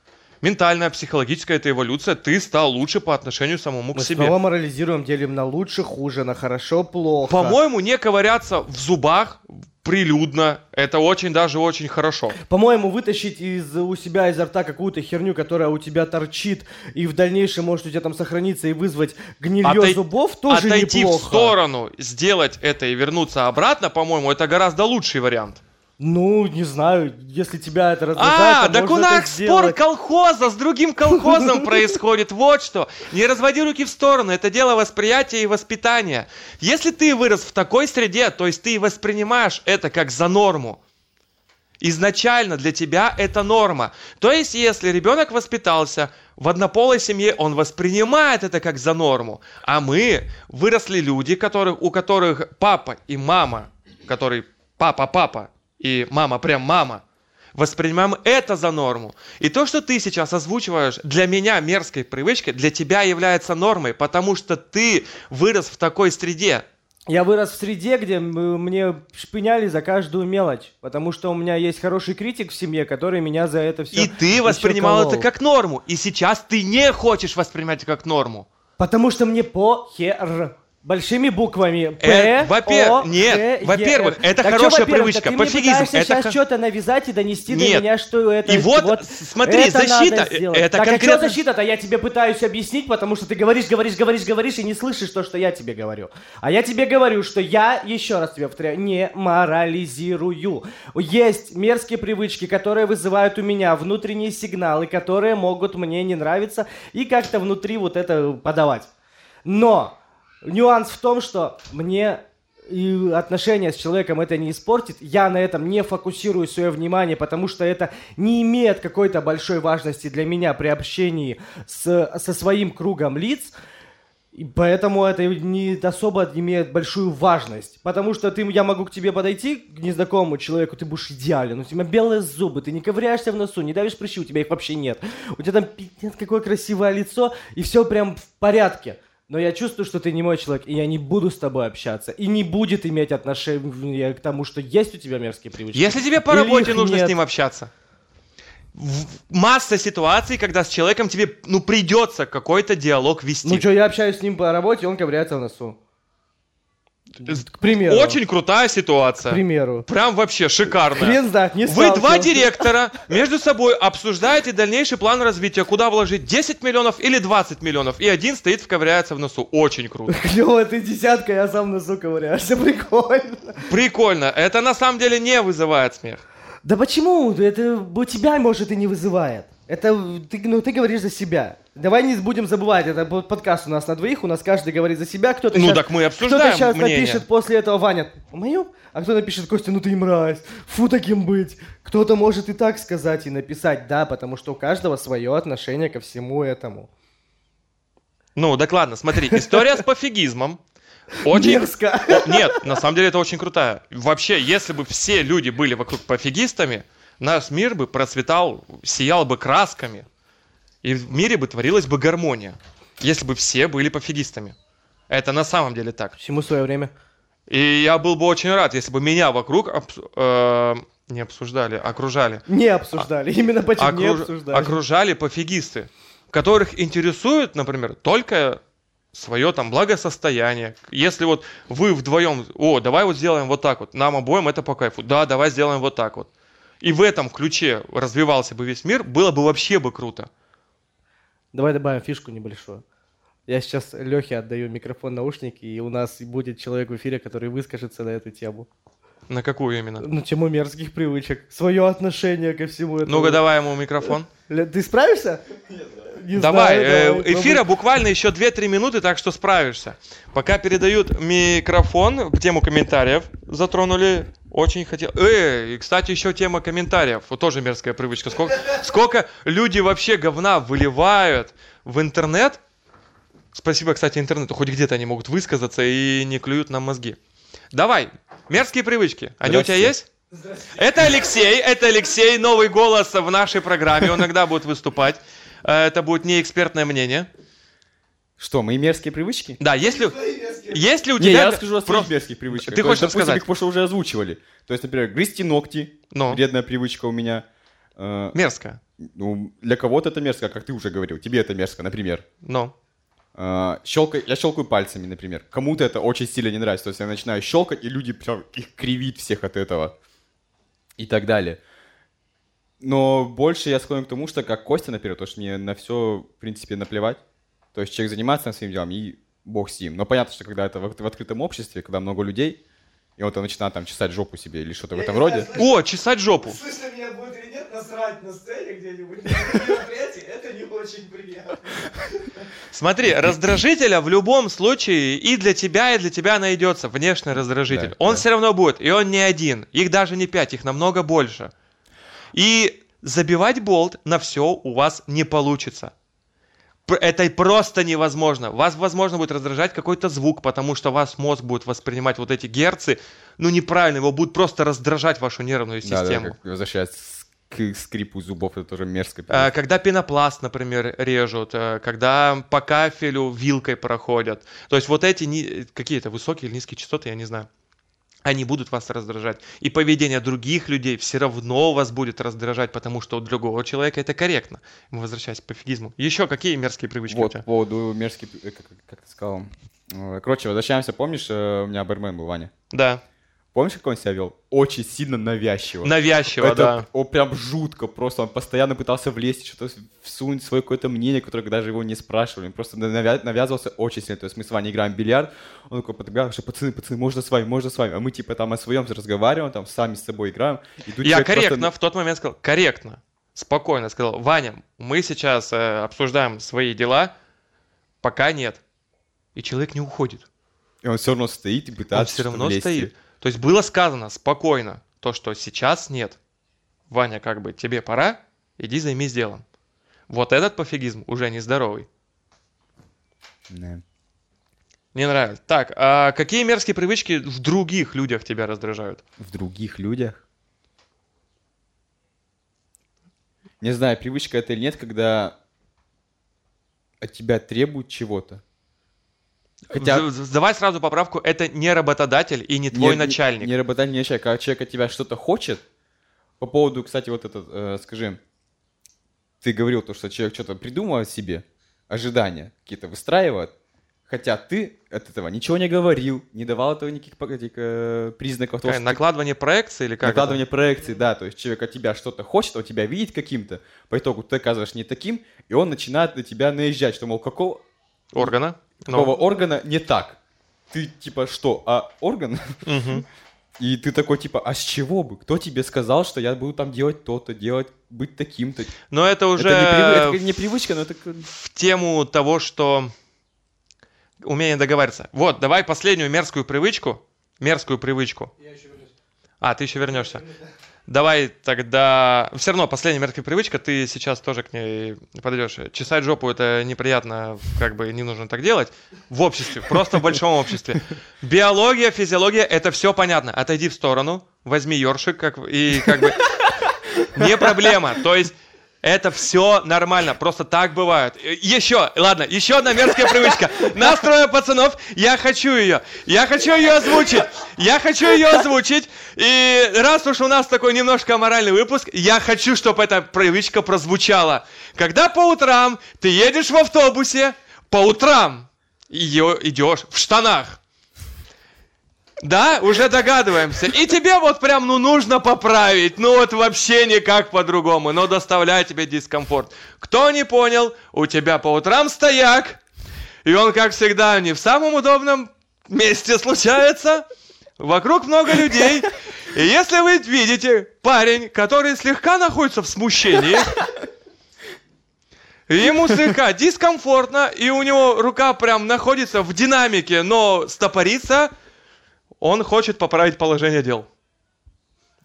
Speaker 2: Ментальная, психологическая это эволюция. Ты стал лучше по отношению самому к
Speaker 1: Мы
Speaker 2: себе.
Speaker 1: снова морализируем, делим на лучше, хуже, на хорошо, плохо.
Speaker 2: По-моему, не ковыряться в зубах прилюдно. Это очень даже очень хорошо.
Speaker 1: По-моему, вытащить из у себя изо рта какую-то херню, которая у тебя торчит, и в дальнейшем может у тебя там сохраниться и вызвать гнилье
Speaker 2: Отой-
Speaker 1: зубов, тоже
Speaker 2: Отойти
Speaker 1: неплохо.
Speaker 2: в сторону, сделать это и вернуться обратно, по-моему, это гораздо лучший вариант.
Speaker 1: Ну, не знаю, если тебя это раздражает,
Speaker 2: А,
Speaker 1: то
Speaker 2: так у
Speaker 1: можно это
Speaker 2: нас спор
Speaker 1: сделать.
Speaker 2: колхоза с другим колхозом происходит. Вот что. Не разводи руки в сторону. Это дело восприятия и воспитания. Если ты вырос в такой среде, то есть ты воспринимаешь это как за норму. Изначально для тебя это норма. То есть, если ребенок воспитался в однополой семье, он воспринимает это как за норму. А мы выросли люди, которых, у которых папа и мама, который папа-папа и мама прям мама, воспринимаем это за норму. И то, что ты сейчас озвучиваешь, для меня мерзкой привычкой, для тебя является нормой, потому что ты вырос в такой среде.
Speaker 1: Я вырос в среде, где м- мне шпыняли за каждую мелочь, потому что у меня есть хороший критик в семье, который меня за это все
Speaker 2: И ты воспринимал это как норму. И сейчас ты не хочешь воспринимать это как норму.
Speaker 1: Потому что мне похер. Большими буквами.
Speaker 2: Э,
Speaker 1: П,
Speaker 2: во-пер-
Speaker 1: О,
Speaker 2: нет,
Speaker 1: Т, Е,
Speaker 2: во-первых,
Speaker 1: Р.
Speaker 2: это
Speaker 1: Так чё
Speaker 2: хорошая
Speaker 1: во-первых?
Speaker 2: привычка,
Speaker 1: Так ты
Speaker 2: пофигизм,
Speaker 1: Мне
Speaker 2: это
Speaker 1: это
Speaker 2: хо-
Speaker 1: сейчас что-то навязать и донести
Speaker 2: Нет.
Speaker 1: до меня, что это.
Speaker 2: И вот, с- смотри,
Speaker 1: это надо
Speaker 2: защита,
Speaker 1: сделать.
Speaker 2: э, это
Speaker 1: так а
Speaker 2: конкретно-
Speaker 1: что защита-то? Я тебе пытаюсь объяснить, потому что ты говоришь, говоришь, говоришь, говоришь и не слышишь то, что я тебе говорю. А я тебе говорю, что я еще раз тебе повторяю, не морализирую. Есть мерзкие привычки, которые вызывают у меня внутренние сигналы, которые могут мне не нравиться и как-то внутри вот это подавать. Но нюанс в том, что мне и отношения с человеком это не испортит, я на этом не фокусирую свое внимание, потому что это не имеет какой-то большой важности для меня при общении с, со своим кругом лиц, и поэтому это не особо имеет большую важность. Потому что ты, я могу к тебе подойти, к незнакомому человеку, ты будешь идеален. У тебя белые зубы, ты не ковыряешься в носу, не давишь прыщи, у тебя их вообще нет. У тебя там пиздец, какое красивое лицо, и все прям в порядке. Но я чувствую, что ты не мой человек, и я не буду с тобой общаться. И не будет иметь отношения к тому, что есть у тебя мерзкие привычки.
Speaker 2: Если тебе по
Speaker 1: Или
Speaker 2: работе
Speaker 1: их
Speaker 2: нужно
Speaker 1: нет.
Speaker 2: с ним общаться. В- Масса ситуаций, когда с человеком тебе ну придется какой-то диалог вести.
Speaker 1: Ну что, я общаюсь с ним по работе, он ковыряется в носу. К примеру.
Speaker 2: Э, Очень крутая
Speaker 1: К
Speaker 2: ситуация.
Speaker 1: примеру.
Speaker 2: Прям вообще шикарно.
Speaker 1: Хрен знает, не
Speaker 2: Вы два
Speaker 1: сталкивался.
Speaker 2: директора между собой обсуждаете дальнейший план развития, куда вложить 10 миллионов или 20 миллионов, и один стоит вковыряется в носу. Очень круто.
Speaker 1: Клево, ты десятка, я сам носу ковыряешься, прикольно.
Speaker 2: Прикольно. Это на самом деле не вызывает смех.
Speaker 1: Да почему? Это у тебя, может, и не вызывает. Это ты, ну, ты говоришь за себя. Давай не будем забывать, это под- подкаст у нас на двоих, у нас каждый говорит за себя, кто-то
Speaker 2: Ну
Speaker 1: щас-
Speaker 2: так мы и
Speaker 1: Кто-то
Speaker 2: обсуждаем
Speaker 1: сейчас
Speaker 2: мнение.
Speaker 1: напишет после этого Ваня, мою, а кто напишет Костя, ну ты и мразь, фу таким быть. Кто-то может и так сказать и написать, да, потому что у каждого свое отношение ко всему этому.
Speaker 2: Ну, так ладно, смотри, история с пофигизмом. Очень...
Speaker 1: Мерзко.
Speaker 2: О, Нет, на самом деле это очень крутая. Вообще, если бы все люди были вокруг пофигистами, наш мир бы процветал, сиял бы красками, и в мире бы творилась бы гармония, если бы все были пофигистами. Это на самом деле так.
Speaker 1: Всему свое время.
Speaker 2: И я был бы очень рад, если бы меня вокруг обс- э, не обсуждали, окружали.
Speaker 1: Не обсуждали,
Speaker 2: А,
Speaker 1: именно почему не
Speaker 2: Окруж-
Speaker 1: обсуждали.
Speaker 2: окружали пофигисты, которых интересует, например, только свое там благосостояние. Если вот вы вдвоем, о, давай вот сделаем вот так вот, нам обоим это по кайфу, да, давай сделаем вот так вот. И в этом ключе развивался бы весь мир, было бы вообще бы круто.
Speaker 1: Давай добавим фишку небольшую. Я сейчас Лехе отдаю микрофон, наушники, и у нас будет человек в эфире, который выскажется на эту тему.
Speaker 2: На какую именно?
Speaker 1: Ну, тему мерзких привычек, свое отношение ко всему этому.
Speaker 2: Ну-ка, давай ему микрофон.
Speaker 1: Ле- Ты справишься? Не
Speaker 2: Давай, э,
Speaker 1: знаю, давай,
Speaker 2: эфира
Speaker 1: пробуй.
Speaker 2: буквально еще 2-3 минуты, так что справишься. Пока передают микрофон, тему комментариев затронули. Очень хотел... Э, и, кстати, еще тема комментариев. Вот тоже мерзкая привычка. Сколько, сколько люди вообще говна выливают в интернет. Спасибо, кстати, интернету. Хоть где-то они могут высказаться и не клюют нам мозги. Давай, мерзкие привычки. Они у тебя
Speaker 1: Здрасте.
Speaker 2: есть? Это Алексей, это Алексей, новый голос в нашей программе. Он иногда будет выступать. Э, Это будет не экспертное мнение.
Speaker 4: Что, мои мерзкие привычки?
Speaker 2: Да, если, если у
Speaker 4: Не,
Speaker 2: Ну, тебя...
Speaker 4: я расскажу о
Speaker 2: про-
Speaker 4: своих мерзких привычках.
Speaker 2: Ты
Speaker 4: То
Speaker 2: хочешь
Speaker 4: есть, допустим,
Speaker 2: рассказать?
Speaker 4: их просто уже озвучивали. То есть, например, грызти ногти,
Speaker 2: Ну,
Speaker 4: вредная привычка у меня. Э,
Speaker 2: мерзко.
Speaker 4: Ну, для кого-то это мерзко, как ты уже говорил. Тебе это мерзко, например.
Speaker 2: Ну,
Speaker 4: Э, щелка- я щелкаю пальцами, например. Кому-то это очень сильно не нравится. То есть я начинаю щелкать, и люди прям их кривит всех от этого. И так далее. Но больше я склонен к тому, что как Костя, например, то, что мне на все, в принципе, наплевать. То есть человек занимается своим делом, и бог с ним. Но понятно, что когда это в, в открытом обществе, когда много людей, и вот он начинает там чесать жопу себе или что-то в этом роде.
Speaker 2: О, чесать жопу.
Speaker 3: Слышно меня будет или нет, насрать на сцене где-нибудь на мероприятии, это не очень приятно.
Speaker 2: Смотри, раздражителя в любом случае и для тебя, и для тебя найдется внешний раздражитель.
Speaker 4: Да,
Speaker 2: он
Speaker 4: да.
Speaker 2: все равно будет, и он не один. Их даже не пять, их намного больше. И забивать болт на все у вас не получится. П- Это и просто невозможно. Вас, возможно, будет раздражать какой-то звук, потому что вас мозг будет воспринимать вот эти герцы, ну неправильно, его будет просто раздражать вашу нервную
Speaker 4: Да, да,
Speaker 2: систему.
Speaker 4: как возвращаясь к скрипу зубов, это тоже мерзко.
Speaker 2: Э, Когда пенопласт, например, режут, э, когда по кафелю вилкой проходят. То есть вот эти ни- какие-то высокие или низкие частоты, я не знаю. они будут вас раздражать. И поведение других людей все равно вас будет раздражать, потому что у другого человека это корректно. Мы возвращаясь к пофигизму. Еще какие мерзкие привычки у
Speaker 4: Вот, по
Speaker 2: тебя?
Speaker 4: поводу мерзких, э, как, как ты сказал. Э, Короче, возвращаемся, помнишь, э, у меня бармен был, Ваня?
Speaker 2: Да.
Speaker 4: Помнишь, как он себя вел? Очень сильно навязчиво.
Speaker 2: Навязчиво,
Speaker 4: Это
Speaker 2: да.
Speaker 4: о, прям жутко просто. Он постоянно пытался влезть, что-то всунуть свое какое-то мнение, которое даже его не спрашивали. Он просто навя- навязывался очень сильно. То есть мы с вами играем в бильярд, он такой подбегал, что пацаны, пацаны, можно с вами, можно с вами. А мы типа там о своем разговариваем, там сами с собой играем. И тут
Speaker 2: Я
Speaker 4: человек просто-
Speaker 2: корректно в тот момент сказал, корректно, спокойно сказал, Ваня, мы сейчас э, обсуждаем свои дела, пока нет. И человек не уходит.
Speaker 4: И он все равно стоит и пытается.
Speaker 2: Он все
Speaker 4: что-то
Speaker 2: равно
Speaker 4: влезть.
Speaker 2: стоит. То есть было сказано спокойно то, что сейчас нет. Ваня, как бы, тебе пора, иди займись делом. Вот этот пофигизм уже нездоровый.
Speaker 4: Да.
Speaker 2: Не нравится. Так, а какие мерзкие привычки в других людях тебя раздражают?
Speaker 4: В других людях. Не знаю, привычка это или нет, когда от тебя требуют чего-то. Хотя-
Speaker 2: З- з- Давай сразу поправку, это не работодатель и не твой
Speaker 4: Не-
Speaker 2: начальник.
Speaker 4: Не, не работодатель, не человек, а человек от тебя что-то хочет. По поводу, кстати, вот этот, э, скажи, ты говорил то, что человек что-то придумал себе, ожидания какие-то выстраивает, хотя ты от этого ничего не говорил, не давал этого никаких по- этих, э, признаков того,
Speaker 2: Какая,
Speaker 4: что ты-
Speaker 2: накладывание проекции или как? это?
Speaker 4: накладывание проекций, да, то есть человек от тебя что-то хочет, он тебя видит каким-то, по итогу ты оказываешь не таким, и он начинает на тебя наезжать, что, мол, какого,
Speaker 2: Органа. Ну.
Speaker 4: какого органа не так? Ты типа что, а орган?
Speaker 2: Мгм.
Speaker 4: И ты такой, типа, а с чего бы? Кто тебе сказал, что я буду там делать то-то, делать, быть таким-то?
Speaker 2: Но это уже
Speaker 4: Это, не привы- это
Speaker 2: в-
Speaker 4: как не привычка, но это... как-
Speaker 2: в тему того, что умение договариваться. Вот, давай последнюю мерзкую привычку. Мерзкую привычку.
Speaker 3: Я еще вернусь.
Speaker 2: А, ты еще вернешься. Давай тогда... Все равно, последняя мерзкая привычка, ты сейчас тоже к ней подойдешь. Чесать жопу — это неприятно, как бы не нужно так делать. В обществе, просто в большом обществе. Биология, физиология — это все понятно. Отойди в сторону, возьми ёршик как... в- и как бы... Не проблема. То есть это все нормально, просто так бывает. Э, Еще, ладно, еще одна мерзкая привычка. Нас трое пацанов, я хочу ее. Я хочу ее озвучить. Я хочу ее озвучить. И раз уж у нас такой немножко аморальный выпуск, я хочу, чтобы эта привычка прозвучала. Когда по утрам ты едешь в автобусе, по утрам ее идешь в штанах. Да, уже догадываемся. И тебе вот прям, ну, нужно поправить. Ну, вот вообще никак по-другому. Но доставляет тебе дискомфорт. Кто не понял, у тебя по утрам стояк. И он, как всегда, не в самом удобном месте случается. Вокруг много людей. И если вы видите парень, который слегка находится в смущении, Ему слегка дискомфортно, и у него рука прям находится в динамике, но стопорится. Он хочет поправить положение дел.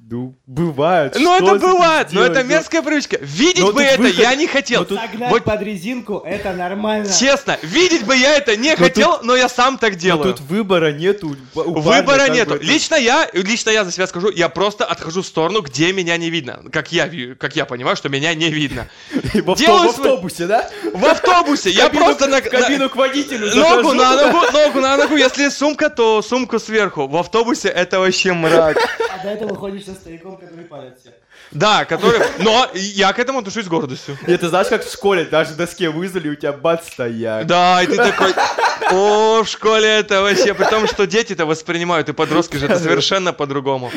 Speaker 4: Ну, бывает.
Speaker 2: Ну
Speaker 4: что
Speaker 2: это
Speaker 4: с этим
Speaker 2: бывает, но
Speaker 4: сделать?
Speaker 2: это мерзкая привычка. Видеть
Speaker 4: Но
Speaker 2: бы
Speaker 4: тут
Speaker 2: это
Speaker 4: выход-
Speaker 2: я не хотел.
Speaker 4: но тут-
Speaker 1: Согнать
Speaker 2: Вот
Speaker 1: под резинку это нормально.
Speaker 2: честно, видеть бы я это не
Speaker 4: Ну, тут-
Speaker 2: хотел, но я сам так
Speaker 4: Но
Speaker 2: делаю.
Speaker 4: тут выбора нету. у ба- у
Speaker 2: Выбора
Speaker 4: парня как
Speaker 2: нету.
Speaker 4: бы-
Speaker 2: Лично я, лично я за себя скажу, я просто отхожу в сторону, где меня не видно. Как я, вью- как я понимаю, что меня не видно.
Speaker 4: В авто-
Speaker 2: делаю
Speaker 4: в
Speaker 2: свой-
Speaker 4: автобусе, да?
Speaker 2: В автобусе я
Speaker 4: Кабину-
Speaker 2: просто на,
Speaker 4: в кабину к водителю
Speaker 2: Ногу
Speaker 4: захожу.
Speaker 2: на ногу, ногу на ногу. Если сумка, то сумку сверху. В автобусе это вообще мрак.
Speaker 1: А до этого ходишь со стариком, который палит всех.
Speaker 2: Да, который... Но я к этому отношусь с гордостью.
Speaker 4: И это знаешь, как в школе, даже доске вызвали, у тебя бац стояк.
Speaker 2: Да, и ты такой... О, в школе это вообще... При том, что дети это воспринимают, и подростки же это совершенно по-другому.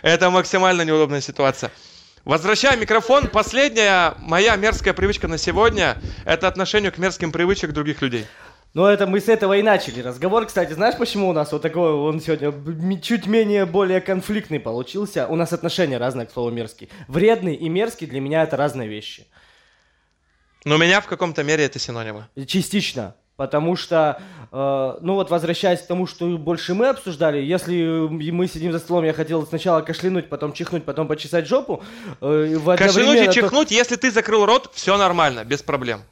Speaker 2: Это максимально неудобная ситуация. Возвращаю микрофон. Последняя моя мерзкая привычка на сегодня — это отношение к мерзким привычкам других людей.
Speaker 1: Но Ну, это мы с этого и начали разговор. Кстати, знаешь, почему у нас вот такой, он сегодня б- м- чуть менее более конфликтный получился? У нас отношения разные к слову мерзкий. Вредный и мерзкий для меня это разные вещи.
Speaker 2: Но у меня в каком-то мере это синонимы.
Speaker 1: Частично. Потому что, э, ну вот возвращаясь к тому, что больше мы обсуждали, если э, мы сидим за столом, я хотел сначала кашлянуть, потом чихнуть, потом почесать жопу. э, и в
Speaker 2: Кашлянуть
Speaker 1: одновременно
Speaker 2: и
Speaker 1: то-
Speaker 2: чихнуть, если ты закрыл рот, все нормально, без проблем.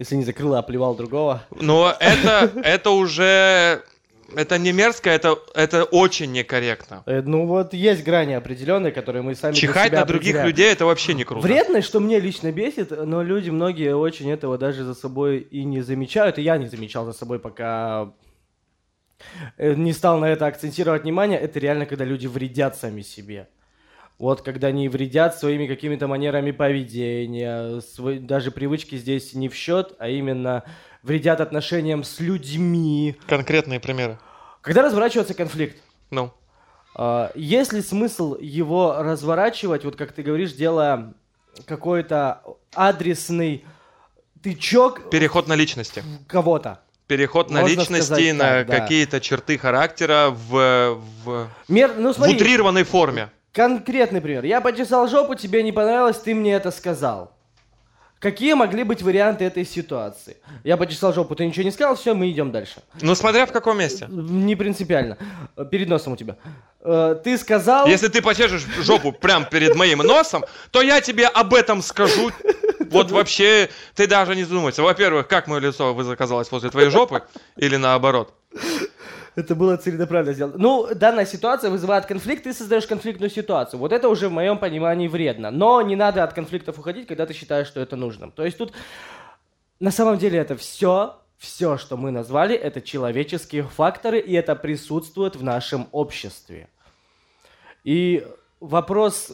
Speaker 1: Если не закрыла, а плевал другого.
Speaker 2: Но это, это уже... Это не мерзко, это, это очень некорректно.
Speaker 1: Э, ну вот есть грани определенные, которые мы сами для
Speaker 2: Чихать
Speaker 1: себя
Speaker 2: на других
Speaker 1: определяем.
Speaker 2: людей это вообще не круто.
Speaker 1: Вредно, что мне лично бесит, но люди многие очень этого даже за собой и не замечают, и я не замечал за собой, пока э, не стал на это акцентировать внимание, это реально, когда люди вредят сами себе. Вот когда они вредят своими какими-то манерами поведения, свой- даже привычки здесь не в счет, а именно вредят отношениям с людьми.
Speaker 2: Конкретные примеры.
Speaker 1: Когда разворачивается конфликт?
Speaker 2: Ну,
Speaker 1: А, Есть ли смысл его разворачивать, вот как ты говоришь, делая какой-то адресный тычок
Speaker 2: переход на личности.
Speaker 1: в кого-то?
Speaker 2: Переход на
Speaker 1: Можно
Speaker 2: личности,
Speaker 1: сказать
Speaker 2: на
Speaker 1: так, да.
Speaker 2: какие-то черты характера в, в,
Speaker 1: Мер... Ну
Speaker 2: в
Speaker 1: смотри,
Speaker 2: утрированной форме.
Speaker 1: конкретный пример. Я почесал жопу, тебе не понравилось, ты мне это сказал. Какие могли быть варианты этой ситуации? Я почесал жопу, ты ничего не сказал, все, мы идем дальше.
Speaker 2: Ну, смотря в каком месте.
Speaker 1: Не принципиально. Э, Перед носом у тебя. Э, Ты сказал...
Speaker 2: Если ты почешешь жопу прям перед моим носом, то я тебе об этом скажу. Вот вообще, ты даже не задумайся. Во-первых, как мое лицо вы- оказалось возле твоей жопы или наоборот?
Speaker 1: Это было целенаправленно сделано. Ну, данная ситуация вызывает конфликт, ты создаешь конфликтную ситуацию. Вот это уже в моем понимании вредно. Но не надо от конфликтов уходить, когда ты считаешь, что это нужным. То есть тут на самом деле это все, все, что мы назвали, это человеческие факторы, и это присутствует в нашем обществе. И вопрос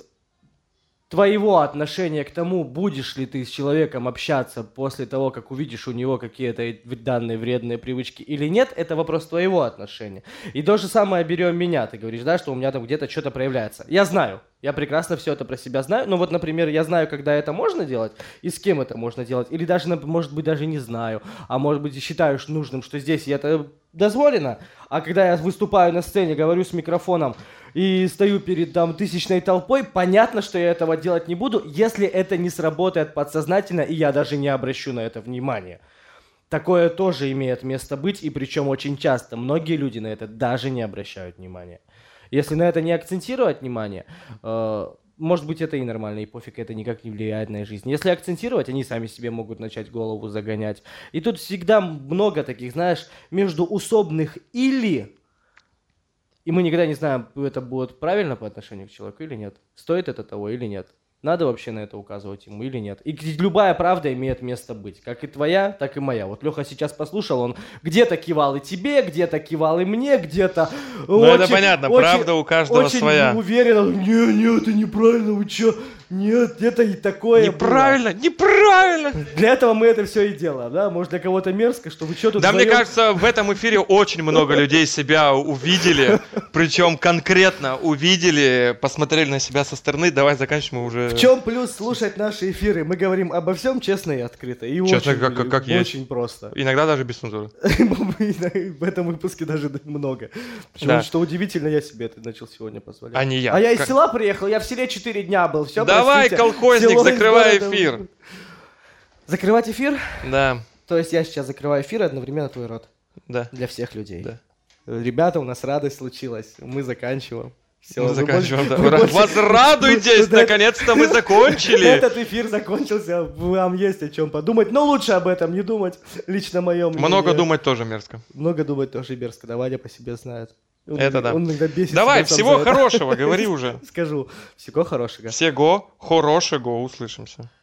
Speaker 1: твоего отношения к тому, будешь ли ты с человеком общаться после того, как увидишь у него какие-то э- данные вредные привычки или нет, это вопрос твоего отношения. И то же самое берем меня, ты говоришь, да, что у меня там где-то что-то проявляется. Я знаю, я прекрасно все это про себя знаю, но вот, например, я знаю, когда это можно делать и с кем это можно делать, или даже, нап- может быть, даже не знаю, а может быть, и считаю ш- нужным, что здесь и это дозволено, а когда я выступаю на сцене, говорю с микрофоном, и стою перед там тысячной толпой, понятно, что я этого делать не буду, если это не сработает подсознательно, и я даже не обращу на это внимания. Такое тоже имеет место быть, и причем очень часто. Многие люди на это даже не обращают внимания. Если на это не акцентировать внимание, э, может быть, это и нормально, и пофиг, это никак не влияет на их жизнь. Если акцентировать, они сами себе могут начать голову загонять. И тут всегда много таких, знаешь, междуусобных «или», и мы никогда не знаем, это будет правильно по отношению к человеку или нет. Стоит это того или нет. Надо вообще на это указывать ему или нет. И к- любая правда имеет место быть. Как и твоя, так и моя. Вот Леха сейчас послушал, он где-то кивал и тебе, где-то кивал и мне, где-то...
Speaker 2: Ну, это
Speaker 1: очень-
Speaker 2: понятно,
Speaker 1: очень-
Speaker 2: правда у каждого
Speaker 1: очень
Speaker 2: своя.
Speaker 1: уверенно. Не, не, это неправильно, вы чё? Нет, это и такое было».
Speaker 2: Неправильно, неправильно!
Speaker 1: Для этого мы это все и делаем, да? Может, для кого-то мерзко, что вы что тут
Speaker 2: Да, мне
Speaker 1: вдвоём-
Speaker 2: кажется, в этом эфире очень много людей себя увидели, причем конкретно увидели, посмотрели на себя со стороны. Давай заканчиваем мы уже.
Speaker 1: В чем плюс слушать наши эфиры? Мы говорим обо всем честно и открыто. И
Speaker 2: Честно,
Speaker 1: очень,
Speaker 2: как- как- как есть.
Speaker 1: очень просто.
Speaker 2: Иногда даже без цензуры.
Speaker 1: В этом выпуске даже много. Почему,
Speaker 2: Да.
Speaker 1: Что удивительно, я себе это начал сегодня позволять.
Speaker 2: А не я.
Speaker 1: А я из
Speaker 2: Как-
Speaker 1: села приехал, я в селе 4 дня был. Все,
Speaker 2: Давай, колхозник, закрывай эфир.
Speaker 1: Закрывать эфир?
Speaker 2: Да,
Speaker 1: То есть я сейчас закрываю эфир и одновременно твой рот.
Speaker 2: да.
Speaker 1: Для всех людей.
Speaker 2: Да.
Speaker 1: Ребята, у нас радость случилась. Мы заканчиваем. Все,
Speaker 2: Мы заканчиваем. да. Ра- Вас радуйтесь, наконец-то мы закончили.
Speaker 1: Этот эфир закончился, вам есть о чем подумать, но лучше об этом не думать, лично моем.
Speaker 2: Много думать тоже мерзко.
Speaker 1: Много думать тоже мерзко, да, Ваня по себе знает. Он-
Speaker 2: Это да.
Speaker 1: Он иногда бесит
Speaker 2: Давай,
Speaker 1: себя сам
Speaker 2: всего
Speaker 1: за это.
Speaker 2: хорошего, говори уже.
Speaker 1: Скажу, всего хорошего.
Speaker 2: Всего хорошего, услышимся.